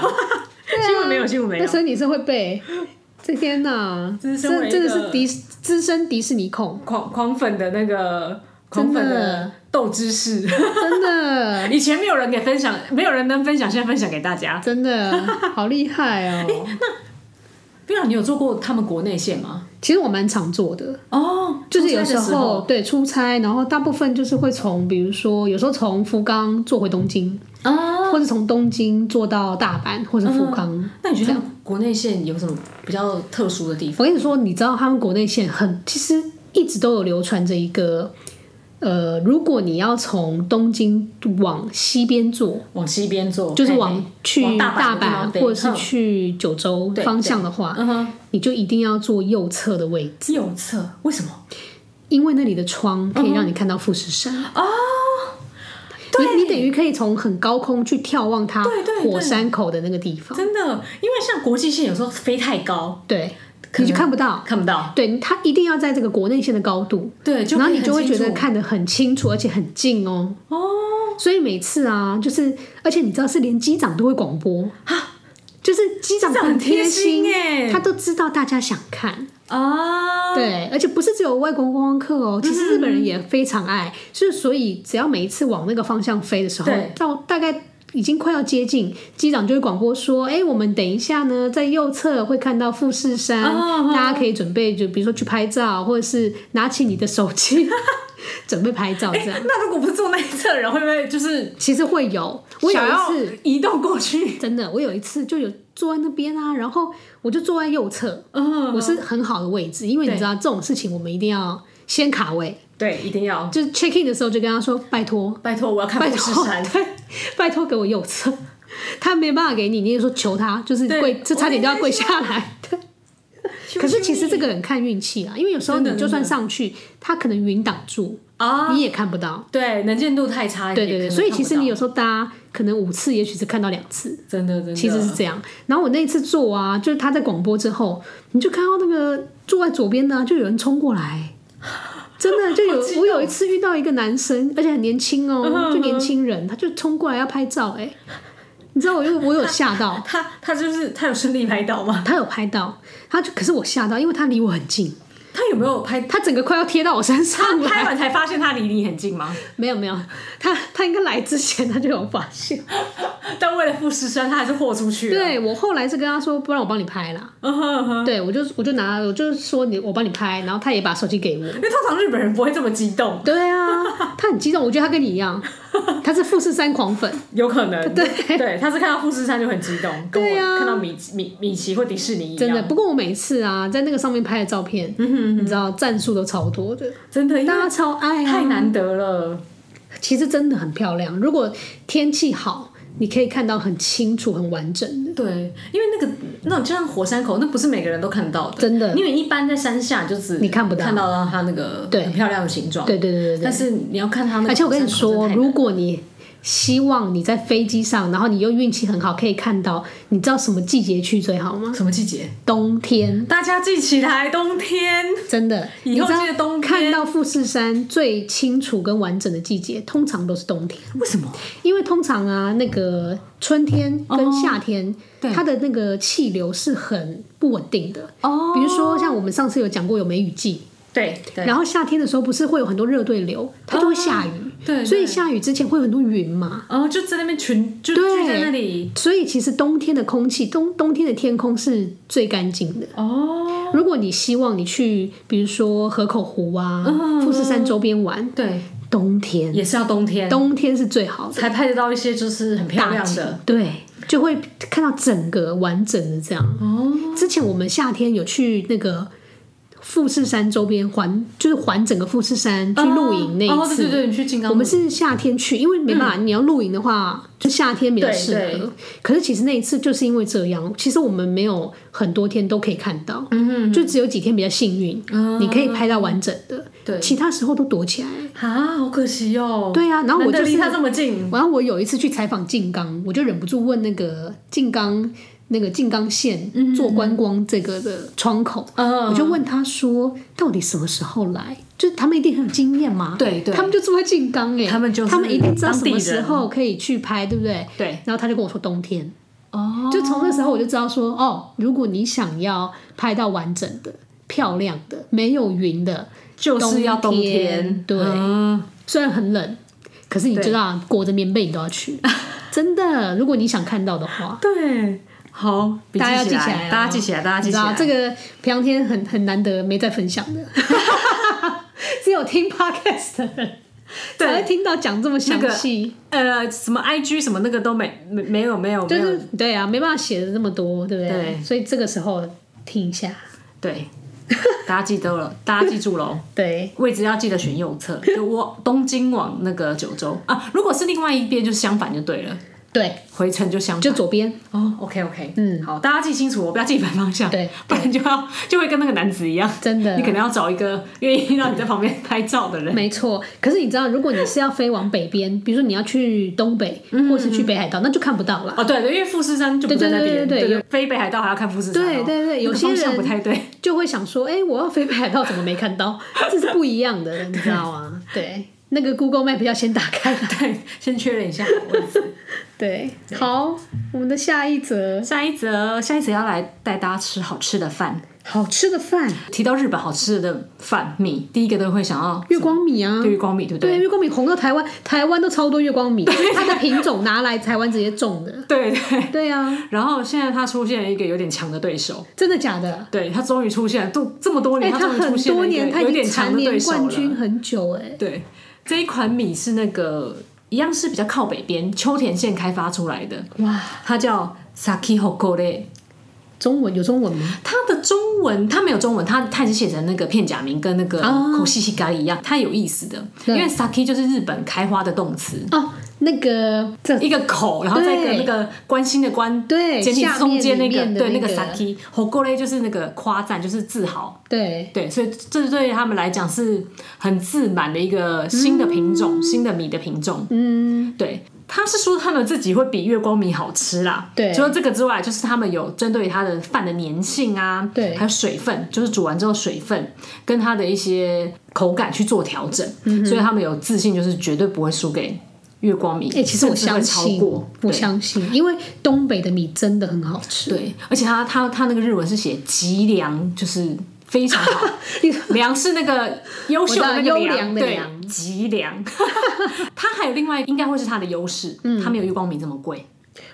Speaker 2: 没有，新闻没有，新闻没
Speaker 1: 那
Speaker 2: 有。
Speaker 1: 所以你是会背？这天呐，
Speaker 2: 资
Speaker 1: 这
Speaker 2: 深为一个
Speaker 1: 真的是迪资深迪士尼控，
Speaker 2: 狂狂粉的那个狂粉
Speaker 1: 真
Speaker 2: 的
Speaker 1: 的
Speaker 2: 斗知识，
Speaker 1: 真的
Speaker 2: 以前没有人给分享，没有人能分享，现在分享给大家。
Speaker 1: 真的好厉害哦！
Speaker 2: 冰老，你有做过他们国内线吗？
Speaker 1: 其实我蛮常做的，
Speaker 2: 哦，
Speaker 1: 就是有时
Speaker 2: 出差的
Speaker 1: 候
Speaker 2: 时候
Speaker 1: 对出差，然后大部分就是会从，比如说有时候从福冈坐回东京，
Speaker 2: 啊，
Speaker 1: 或者从东京坐到大阪或者福冈。
Speaker 2: 那你觉得国内线有什么比较特殊的地
Speaker 1: 我
Speaker 2: 方？
Speaker 1: 跟你说，你知道他们国内线很，其实一直都有流传着一个，呃，如果你要从东京往西边坐，
Speaker 2: 往西边坐，
Speaker 1: 就是
Speaker 2: 嘿
Speaker 1: 往
Speaker 2: 嘿
Speaker 1: 去
Speaker 2: 往大
Speaker 1: 大
Speaker 2: 阪的地方
Speaker 1: 阪
Speaker 2: 飞
Speaker 1: 或者是
Speaker 2: 嗯
Speaker 1: 去九州
Speaker 2: 对
Speaker 1: 方向的话，
Speaker 2: 嗯哼，
Speaker 1: 你就一定要坐右侧的位置，
Speaker 2: 右侧为什么？
Speaker 1: 因为那里的
Speaker 2: 嗯
Speaker 1: 窗可以让你看到富士山。哦，你你等于可以从很高空去眺望它
Speaker 2: 对对对
Speaker 1: 火山口的那个地方，
Speaker 2: 真的，因为像国际线有时候飞太高，
Speaker 1: 对，你就看不到。
Speaker 2: 看不到，
Speaker 1: 对，它一定要在这个国内线的高度，
Speaker 2: 对，就
Speaker 1: 然后
Speaker 2: 可以
Speaker 1: 你就
Speaker 2: 很
Speaker 1: 会觉
Speaker 2: 清
Speaker 1: 得
Speaker 2: 楚
Speaker 1: 看得很清楚，而且很近哦。哦，所以每次啊，就是而且你知道是连机长都会广播啊，就是机长
Speaker 2: 机长很
Speaker 1: 很
Speaker 2: 贴
Speaker 1: 贴
Speaker 2: 心
Speaker 1: 心
Speaker 2: 耶
Speaker 1: 他都知道大家想看。
Speaker 2: 啊，嗯
Speaker 1: 对，而且不是只有外国观光客哦，其实日本人也非常爱，就是所以只要每一次往那个方向飞的时候
Speaker 2: 对，
Speaker 1: 到大概已经快要接近，机长就会广播说：“哎，我们等一下呢，在右侧会看到富士山，
Speaker 2: 哦
Speaker 1: 大家可以准备，就比如说去拍照，或者是拿起你的手 机准备拍照这样。
Speaker 2: 那如果不是坐那一侧的人，会不会就是
Speaker 1: 其实会有，我有
Speaker 2: 想
Speaker 1: 一
Speaker 2: 要
Speaker 1: 次
Speaker 2: 移动过去？
Speaker 1: 真的，我有一次就有坐在那边啊，然后我就坐在右侧，
Speaker 2: 嗯，
Speaker 1: 我是很好的位置，因为你
Speaker 2: 对
Speaker 1: 知道这种事情我们一定要先卡位。
Speaker 2: 对，一定要，
Speaker 1: 就是 check in 的时候就跟他说：“拜 托，
Speaker 2: 拜托，我要看
Speaker 1: 拜
Speaker 2: 富士
Speaker 1: 托，
Speaker 2: 山。
Speaker 1: 对，拜托给我右侧。”他没办法给你，你也说求他，就是
Speaker 2: 对
Speaker 1: 跪，这
Speaker 2: 我
Speaker 1: 差点就要
Speaker 2: 应该
Speaker 1: 跪
Speaker 2: 是
Speaker 1: 下来。对， 可是其实这个很看运气啊啦，因为有时候
Speaker 2: 真的
Speaker 1: 你就
Speaker 2: 真
Speaker 1: 算
Speaker 2: 的
Speaker 1: 上去，他可能云挡住，
Speaker 2: 啊，
Speaker 1: 你也看不到。
Speaker 2: 对，能见度太差，
Speaker 1: 对对
Speaker 2: 也
Speaker 1: 对，
Speaker 2: 可能
Speaker 1: 所以
Speaker 2: 看
Speaker 1: 其
Speaker 2: 不
Speaker 1: 实
Speaker 2: 到
Speaker 1: 你有时候搭可能五次，也许只看到两次。
Speaker 2: 真的真的
Speaker 1: 其实是这样。然后我那一次坐啊，就是他在广播之后，你就看到那个坐在左边的啊、就有人冲过 来，真的就
Speaker 2: 好激
Speaker 1: 有
Speaker 2: 动
Speaker 1: 我有一次遇到一个男生，而且很年轻
Speaker 2: 嗯哼
Speaker 1: 哦，
Speaker 2: 嗯
Speaker 1: 就
Speaker 2: 哼
Speaker 1: 年轻人，他就冲过来要拍照、哎，你知道我有我有吓到，
Speaker 2: 他他就是他有顺利拍到吗？
Speaker 1: 他有拍到，他就可是我吓到，因为他离我很近，
Speaker 2: 他有没 有拍？
Speaker 1: 他整个快要贴到我身上
Speaker 2: 他
Speaker 1: 来，
Speaker 2: 拍完才发现他离你很近吗？
Speaker 1: 没有没有，他他应该来之前他就有发现，
Speaker 2: 哎但为了富士山，他还是豁出去了。
Speaker 1: 对我后来是跟他说，不然我帮你拍啦。
Speaker 2: 嗯哼嗯哼，
Speaker 1: 对，我就我就拿，我就说你，我帮你拍，然后他也把手机给我，
Speaker 2: 因为通常日本人不会这么激动。
Speaker 1: 对啊，他很激动，我觉得他跟你一样，他是富士山狂粉，
Speaker 2: 有可 能，对，对，他是看到富士山就很激动，跟
Speaker 1: 对啊
Speaker 2: 我看到米奇米米奇或迪士尼一样，嗯
Speaker 1: 真的。不过我每次啊，在那个上面拍的照片，你知道赞数都超多的，
Speaker 2: 真的，因为
Speaker 1: 大家超爱啊。
Speaker 2: 太难得了，
Speaker 1: 其实真的很漂亮，如果天气好，你可以看到很清楚、很完整的，
Speaker 2: 对，因为那个那种就像火山口，那不是每个人都看得到的，
Speaker 1: 真的。
Speaker 2: 因为一般在山下就只
Speaker 1: 你看不到
Speaker 2: 看到它那个
Speaker 1: 对
Speaker 2: 很漂亮的形状，
Speaker 1: 对对对对对。
Speaker 2: 但是你要看哦它那个
Speaker 1: 而且我跟你
Speaker 2: 火
Speaker 1: 说，
Speaker 2: 山口真的太难
Speaker 1: 如果你希望你在飞机上，然后你又运气很好，可以看到，你知道什么季节去最好吗？
Speaker 2: 什么季节？
Speaker 1: 冬天，
Speaker 2: 大家记起来，冬天
Speaker 1: 真的。
Speaker 2: 以
Speaker 1: 你
Speaker 2: 后
Speaker 1: 知道
Speaker 2: 记得冬天
Speaker 1: 看到富士山最清楚跟完整的季节，通常都是冬天，
Speaker 2: 为什么？
Speaker 1: 因为通常啊，那个春天跟夏天，
Speaker 2: 哦对
Speaker 1: 它的那个气流是很不稳定的。
Speaker 2: 哦
Speaker 1: 比如说，像我们上次有讲过有梅雨季，
Speaker 2: 对对
Speaker 1: 然后夏天的时候不是会有很多热对流，它就会下雨，
Speaker 2: 哦对，
Speaker 1: 所以
Speaker 2: 对
Speaker 1: 下雨之前会有很多云嘛，
Speaker 2: 哦就在那边群就
Speaker 1: 对
Speaker 2: 聚在那里
Speaker 1: 所以其实冬天的空气，冬冬天的天空是最干净的。
Speaker 2: 哦，
Speaker 1: 如果你希望你去，比如说河口湖啊、
Speaker 2: 嗯
Speaker 1: 富士山周边玩，
Speaker 2: 对，
Speaker 1: 冬天
Speaker 2: 也是要冬天
Speaker 1: 嗯冬天是最好的，
Speaker 2: 才拍得到一些就是很漂亮的
Speaker 1: 对，就会看到整个完整的这样。
Speaker 2: 哦，
Speaker 1: 之前我们夏天有去那个富士山周边环，就是环整个富士山去露营那
Speaker 2: 哦
Speaker 1: 一
Speaker 2: 对
Speaker 1: 次，
Speaker 2: 对对，你去金刚，
Speaker 1: 我们是夏天去，因为没办法，你要露营的话，就夏天比较适
Speaker 2: 对对
Speaker 1: 合。可是其实那一次就是因为这样，其实我们没有很多天都可以看到，就只有几天比较幸运，
Speaker 2: 嗯
Speaker 1: 你可以拍到完整的，
Speaker 2: 对
Speaker 1: 其他时候都躲起来。
Speaker 2: 啊，好可惜哦，
Speaker 1: 对啊然后我
Speaker 2: 难得
Speaker 1: 就是
Speaker 2: 离他这么近，
Speaker 1: 然后我有一次去采访静冈，我就忍不住问那个静冈那个静冈县做观光这个的窗口，
Speaker 2: 嗯
Speaker 1: 我就问他说，到底什么时候来？就是他们一定很有经验嘛，
Speaker 2: 对对
Speaker 1: 他们就住在静冈哎，
Speaker 2: 他们就是
Speaker 1: 他们一定知道什
Speaker 2: 当地
Speaker 1: 么
Speaker 2: 人
Speaker 1: 时候可以去拍，对不对？
Speaker 2: 对
Speaker 1: 然后他就跟我说冬天，
Speaker 2: 哦
Speaker 1: 就从那时候我就知道说，哦，如果你想要拍到完整的、漂亮的、没有云的，
Speaker 2: 就是要冬
Speaker 1: 冬天对
Speaker 2: 嗯
Speaker 1: 虽然很冷，可是你知道，裹着棉被你都要去， 真的。如果你想看到的话，
Speaker 2: 对，好，笔
Speaker 1: 大家要
Speaker 2: 记啊
Speaker 1: 记起来哦，
Speaker 2: 大家记起来，大家记
Speaker 1: 你
Speaker 2: 起
Speaker 1: 知道
Speaker 2: 来，
Speaker 1: 这个平常天很很难得没在分享 的，只有听 podcast 的人才会听到讲这么详细，
Speaker 2: 呃什么 IG 什么那个都没没没有没有没
Speaker 1: 就是
Speaker 2: 有，
Speaker 1: 对啊，没办法写的那么多，对不对？
Speaker 2: 对
Speaker 1: 所以这个时候听一下，
Speaker 2: 对， 大家记得了，大家记住喽。
Speaker 1: 对，
Speaker 2: 位置要记得选右侧， 就我东京往那个九州啊。如果是另外一边，就相反就对了，
Speaker 1: 对，
Speaker 2: 回程就相
Speaker 1: 就
Speaker 2: 反。
Speaker 1: 左边，
Speaker 2: 哦，OK OK，
Speaker 1: 嗯
Speaker 2: 好，大家记清楚，我不要记反方向，
Speaker 1: 对
Speaker 2: 不然就要就会跟那个男子一样，
Speaker 1: 真的
Speaker 2: 你可能要找一个愿意让你在旁边拍照的人。
Speaker 1: 没错。可是你知道，如果你是要飞往北边，比如说你要去东北，
Speaker 2: 嗯
Speaker 1: 或是去北海道，那就看不到了。
Speaker 2: 哦，对对，因为富士山就不在那
Speaker 1: 对
Speaker 2: 边，
Speaker 1: 对对对对有
Speaker 2: 飞北海道还要看富士山哦，
Speaker 1: 对对对有
Speaker 2: 那个
Speaker 1: 些
Speaker 2: 方向
Speaker 1: 人
Speaker 2: 不太对，
Speaker 1: 就会想说，哎、我要飞北海道，怎么没看到？ 这是不一样的，你知道吗？对，那个 Google Map 要先打开 来。
Speaker 2: 对，先确认 一下好位置。
Speaker 1: 对，好，我们的下一则，
Speaker 2: 下一则，下一则要来带大家吃好吃的饭。
Speaker 1: 好吃的饭，
Speaker 2: 提到日本好吃的饭米，第一个都会想要
Speaker 1: 月光米啊。
Speaker 2: 对月光米，对不
Speaker 1: 对，月光米红到台湾，台湾都超多月光米， 它的品种拿来台湾直接种的。
Speaker 2: 对对。
Speaker 1: 对啊，
Speaker 2: 然后现在他出现了一个有点强的对手，
Speaker 1: 真的假的？
Speaker 2: 对他终于出现了，都这么多
Speaker 1: 哎、
Speaker 2: 年，
Speaker 1: 它
Speaker 2: 终于
Speaker 1: 很
Speaker 2: 出现
Speaker 1: 多
Speaker 2: 了一
Speaker 1: 年，
Speaker 2: 个
Speaker 1: 它
Speaker 2: 有
Speaker 1: 已
Speaker 2: 点
Speaker 1: 经
Speaker 2: 强
Speaker 1: 蝉
Speaker 2: 的对
Speaker 1: 联
Speaker 2: 手了
Speaker 1: 冠。军很久哎、
Speaker 2: 对，这一款米是那个一样是比较靠北边秋田县开发出来的，
Speaker 1: 哇，
Speaker 2: 它叫 Saki Hokore。
Speaker 1: 中文有中文吗？
Speaker 2: 它的中文它没有中文，它它也是写成那个片假名跟那个
Speaker 1: 啊
Speaker 2: 口西西咖喱一样，它有意思的，因
Speaker 1: 对
Speaker 2: 为 Saki 就是日本开花的动词。
Speaker 1: 哦，那个这
Speaker 2: 一个口，然后再一个
Speaker 1: 对
Speaker 2: 那个关心的关，
Speaker 1: 对
Speaker 2: 简体字中间
Speaker 1: 下面里
Speaker 2: 那个
Speaker 1: 面的
Speaker 2: 对那
Speaker 1: 那
Speaker 2: 个
Speaker 1: 个
Speaker 2: saki hokore 就是那个夸赞，就是自豪，
Speaker 1: 对
Speaker 2: 对，所以这对他们来讲是很自满的一个新的品种，
Speaker 1: 嗯
Speaker 2: 新的米的品种，嗯，对。他是说他们自己会比月光米好吃啦，
Speaker 1: 对
Speaker 2: 除了这个之外，就是他们有针对它的饭的粘性啊，
Speaker 1: 对
Speaker 2: 还有水分，就是煮完之后水分跟它的一些口感去做调整，
Speaker 1: 嗯
Speaker 2: 所以他们有自信，就是绝对不会输给月光米。
Speaker 1: 哎、其实我
Speaker 2: 甚至会
Speaker 1: 相信
Speaker 2: 超过，，
Speaker 1: 我
Speaker 2: 对
Speaker 1: 相信，因为东北的米真的很好吃。
Speaker 2: 对，而且他他他那个日文是写吉良，就是非常好，
Speaker 1: 你
Speaker 2: 良是那个优秀的那
Speaker 1: 我
Speaker 2: 个
Speaker 1: 知道优
Speaker 2: 良，
Speaker 1: 良的
Speaker 2: 对，
Speaker 1: 良
Speaker 2: 吉良。 他还有另外应该会是他的优势，
Speaker 1: 嗯
Speaker 2: 他没有月光米这么贵。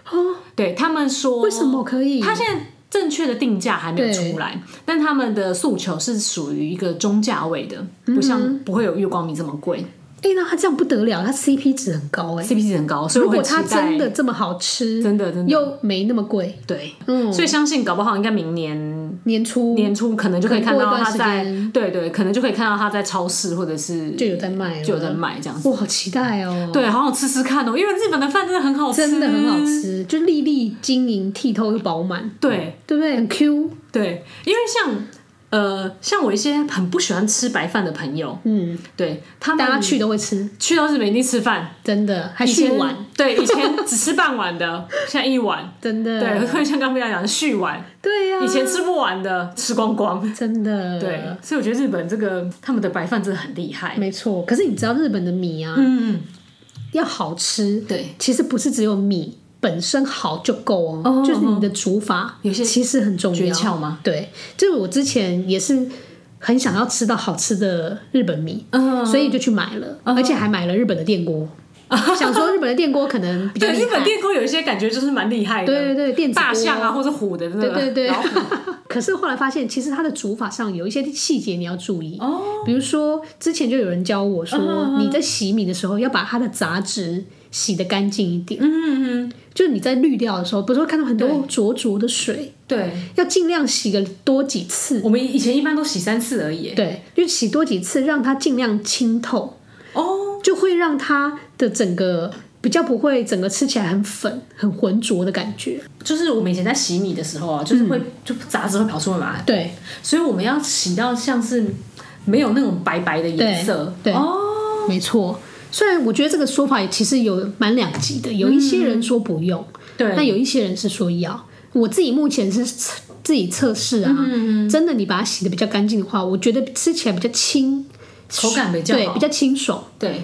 Speaker 1: 哦，
Speaker 2: 对他们说，
Speaker 1: 为什么可以？
Speaker 2: 他现在正确的定价还没有出来，
Speaker 1: 嗯
Speaker 2: 但他们的诉求是属于一个中价位的，不像不会有月光米这么贵。
Speaker 1: 哎、哎、那它这样不得了，它 CP 值很高哎、
Speaker 2: ，CP 值很高，所以
Speaker 1: 如
Speaker 2: 我很
Speaker 1: 果
Speaker 2: 期待
Speaker 1: 它真的这么好吃，
Speaker 2: 真的真的
Speaker 1: 又没那么贵，
Speaker 2: 对，
Speaker 1: 嗯，
Speaker 2: 所以相信搞不好应该明年
Speaker 1: 年初
Speaker 2: 年初可能就可以看
Speaker 1: 可能
Speaker 2: 到
Speaker 1: 过一
Speaker 2: 他
Speaker 1: 段
Speaker 2: 在
Speaker 1: 时，
Speaker 2: 对对，可能就可以看到他在超市或者是
Speaker 1: 就有在卖了，
Speaker 2: 就有在卖这样子。
Speaker 1: 哇，好期待哦！
Speaker 2: 对，好想吃吃看哦，因为日本的饭真的很好吃，
Speaker 1: 真的很好。吃，就粒粒晶莹、剔透又饱满，
Speaker 2: 对
Speaker 1: 对不对？很 Q，
Speaker 2: 对，因为像呃，像我一些很不喜欢吃白饭的朋友，
Speaker 1: 嗯，
Speaker 2: 对他们
Speaker 1: 大家去都会吃，
Speaker 2: 去到日本一定吃饭，
Speaker 1: 真的还
Speaker 2: 以
Speaker 1: 续
Speaker 2: 前
Speaker 1: 碗，
Speaker 2: 对以前只吃半碗的， 现在一碗。
Speaker 1: 真的
Speaker 2: 对， 嗯会像刚刚讲的续碗，
Speaker 1: 对呀、
Speaker 2: 以前吃不完的吃光光。
Speaker 1: 真的
Speaker 2: 对，所以我觉得日本这个他们的白饭真的很厉害。
Speaker 1: 没错。可是你知道日本的米啊，
Speaker 2: 嗯，
Speaker 1: 要好吃，
Speaker 2: 对，
Speaker 1: 其实不是只有米本身好就够哦，
Speaker 2: 哦
Speaker 1: 就是你的煮法
Speaker 2: 有些
Speaker 1: 其实很重要。
Speaker 2: 嗯诀窍吗？
Speaker 1: 对，就是我之前也是很想要吃到好吃的日本米，
Speaker 2: 嗯
Speaker 1: 所以就去买了，而且还买了日本的电 锅，想说日本的电锅可能比较
Speaker 2: 对，
Speaker 1: 厉
Speaker 2: 日本
Speaker 1: 害。
Speaker 2: 电锅有一些感觉就是蛮厉害的，
Speaker 1: 对对对，电子锅
Speaker 2: 大象啊，或者虎的那个，
Speaker 1: 对对对
Speaker 2: 老虎
Speaker 1: 可是后来发现，其实它的煮法上有一些细节你要注意。
Speaker 2: 哦，
Speaker 1: 比如说，之前就有人教我
Speaker 2: 嗯嗯
Speaker 1: 说，你在洗米的时候要把它的杂质洗得干净一点。
Speaker 2: 嗯嗯，嗯
Speaker 1: 就是你在滤掉的时候，不是会看到很多
Speaker 2: 对
Speaker 1: 浊浊的水，
Speaker 2: 对，
Speaker 1: 要尽量洗个多几次。
Speaker 2: 我们以前一般都洗三次而已，
Speaker 1: 对，就洗多几次，让它尽量清透，
Speaker 2: 哦，
Speaker 1: 就会让它的整个比较不会整个吃起来很粉、很浑浊的感觉。
Speaker 2: 就是我们以前在洗米的时候啊，就是会、就杂质会跑出来嘛，
Speaker 1: 对，
Speaker 2: 所以我们要洗到像是没有那种白白的颜色，
Speaker 1: 对对
Speaker 2: 哦，
Speaker 1: 没错。虽然我觉得这个说法也其实有蛮两极的，有一些人说不用，
Speaker 2: 嗯对，
Speaker 1: 那有一些人是说要。我自己目前是测自己测试
Speaker 2: 嗯
Speaker 1: 啊，真的你把它洗的比较干净的话，我觉得吃起来比较清，
Speaker 2: 口感比较
Speaker 1: 对，
Speaker 2: 好
Speaker 1: 比，较清爽。
Speaker 2: 对，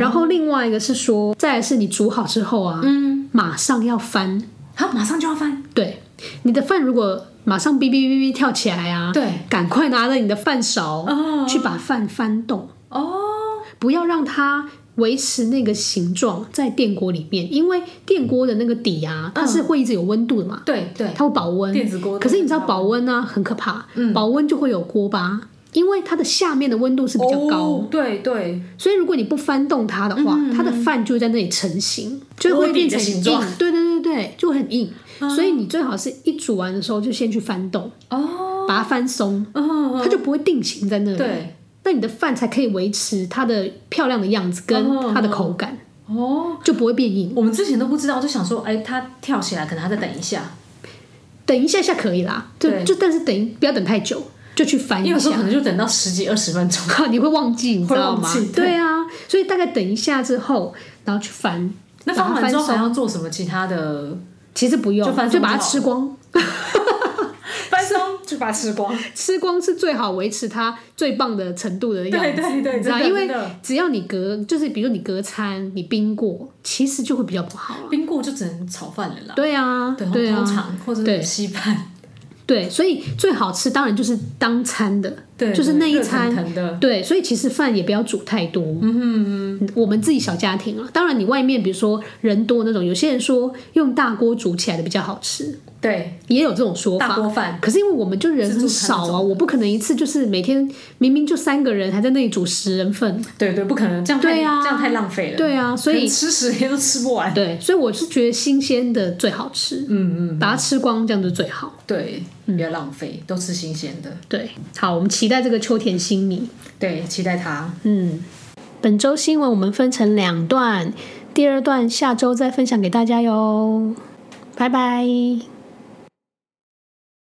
Speaker 1: 然后另外一个是说，再来是你煮好之后啊，
Speaker 2: 嗯，
Speaker 1: 马上要翻。
Speaker 2: 好，马上就要翻，
Speaker 1: 对，你的饭如果马上哔哔哔哔跳起来啊，
Speaker 2: 对，
Speaker 1: 赶快拿着你的饭勺
Speaker 2: 哦
Speaker 1: 去把饭翻动，
Speaker 2: 哦，
Speaker 1: 不要让它维持那个形状在电锅里面，因为电锅的那个底啊，它是会一直有温度的嘛，
Speaker 2: 对对，
Speaker 1: 它会保温。
Speaker 2: 嗯电子锅嗯
Speaker 1: 可是你知道保温呢、很可怕，保温就会有锅巴，因为它的下面的温度是比较高。
Speaker 2: 哦对对，
Speaker 1: 所以如果你不翻动它的
Speaker 2: 嗯
Speaker 1: 话，它的饭就会在那里成型，就会变成
Speaker 2: 锅底的形
Speaker 1: 硬
Speaker 2: 状。嗯
Speaker 1: 对对对对，就会很硬。所以你最好是一煮完的时候就先去翻动，
Speaker 2: 哦，
Speaker 1: 把它翻松，
Speaker 2: 嗯，
Speaker 1: 它就不会定型在那里。
Speaker 2: 对，
Speaker 1: 那你的饭才可以维持它的漂亮的样子
Speaker 2: 嗯
Speaker 1: 跟它的口感，
Speaker 2: 哦。
Speaker 1: 就不会变硬。
Speaker 2: 我们之前都不知道，就想说，哎、他跳起来，可能他再等一下，
Speaker 1: 等一下下可以啦，就
Speaker 2: 对
Speaker 1: 就但是等不要等太久，就去翻
Speaker 2: 因为
Speaker 1: 一
Speaker 2: 有时候
Speaker 1: 下
Speaker 2: 可。能就等到十几二十 分钟。
Speaker 1: 靠， 你会忘记，你知道吗
Speaker 2: 会忘记？对
Speaker 1: 对啊，所以大概等一下之后，然后去翻。
Speaker 2: 那翻
Speaker 1: 把它
Speaker 2: 完之后
Speaker 1: 松
Speaker 2: 还要做什么其他的？
Speaker 1: 其实不用，
Speaker 2: 就翻松
Speaker 1: 就把它
Speaker 2: 就好
Speaker 1: 吃光。
Speaker 2: 翻松就把它吃光。
Speaker 1: 吃光是最好维持它最棒的程度的样子，
Speaker 2: 对对对，
Speaker 1: 你知
Speaker 2: 真
Speaker 1: 道，
Speaker 2: 的
Speaker 1: 因为
Speaker 2: 真的
Speaker 1: 只要你隔，就是比如你隔餐，你冰过，其实就会比较不好了。
Speaker 2: 冰过就只能炒饭了啦。
Speaker 1: 对啊，
Speaker 2: 对，
Speaker 1: 对
Speaker 2: 通
Speaker 1: 啊，
Speaker 2: 常或者
Speaker 1: 对
Speaker 2: 是稀饭，
Speaker 1: 对，所以最好吃当然就是当餐的，
Speaker 2: 对，
Speaker 1: 就是那一
Speaker 2: 热腾
Speaker 1: 餐。
Speaker 2: 腾的。
Speaker 1: 对，所以其实饭也不要煮太多。嗯嗯，我们自己小家庭啊，当然你外面比如说人多那种，有些人说用大锅煮起来的比较好吃，
Speaker 2: 对，
Speaker 1: 也有这种说法。
Speaker 2: 大锅饭。
Speaker 1: 可是因为我们就人很少
Speaker 2: 自助餐那
Speaker 1: 啊，
Speaker 2: 种
Speaker 1: 我不可能一次就是每天明明就三个人，还在那里煮十人份。
Speaker 2: 对对，不可能这样太
Speaker 1: 对啊
Speaker 2: 这样太浪费了。，
Speaker 1: 对啊，所以
Speaker 2: 吃十天都吃不完。
Speaker 1: 对，所以我是觉得新鲜的最好吃，
Speaker 2: 嗯嗯，
Speaker 1: 把它吃光这样就最好。
Speaker 2: 对，不要浪费，都吃新鲜的。
Speaker 1: 对，好，我们期待这个秋田新米。
Speaker 2: 对，期待它。
Speaker 1: 嗯，本周新闻我们分成两段，第二段下周再分享给大家哟。拜拜。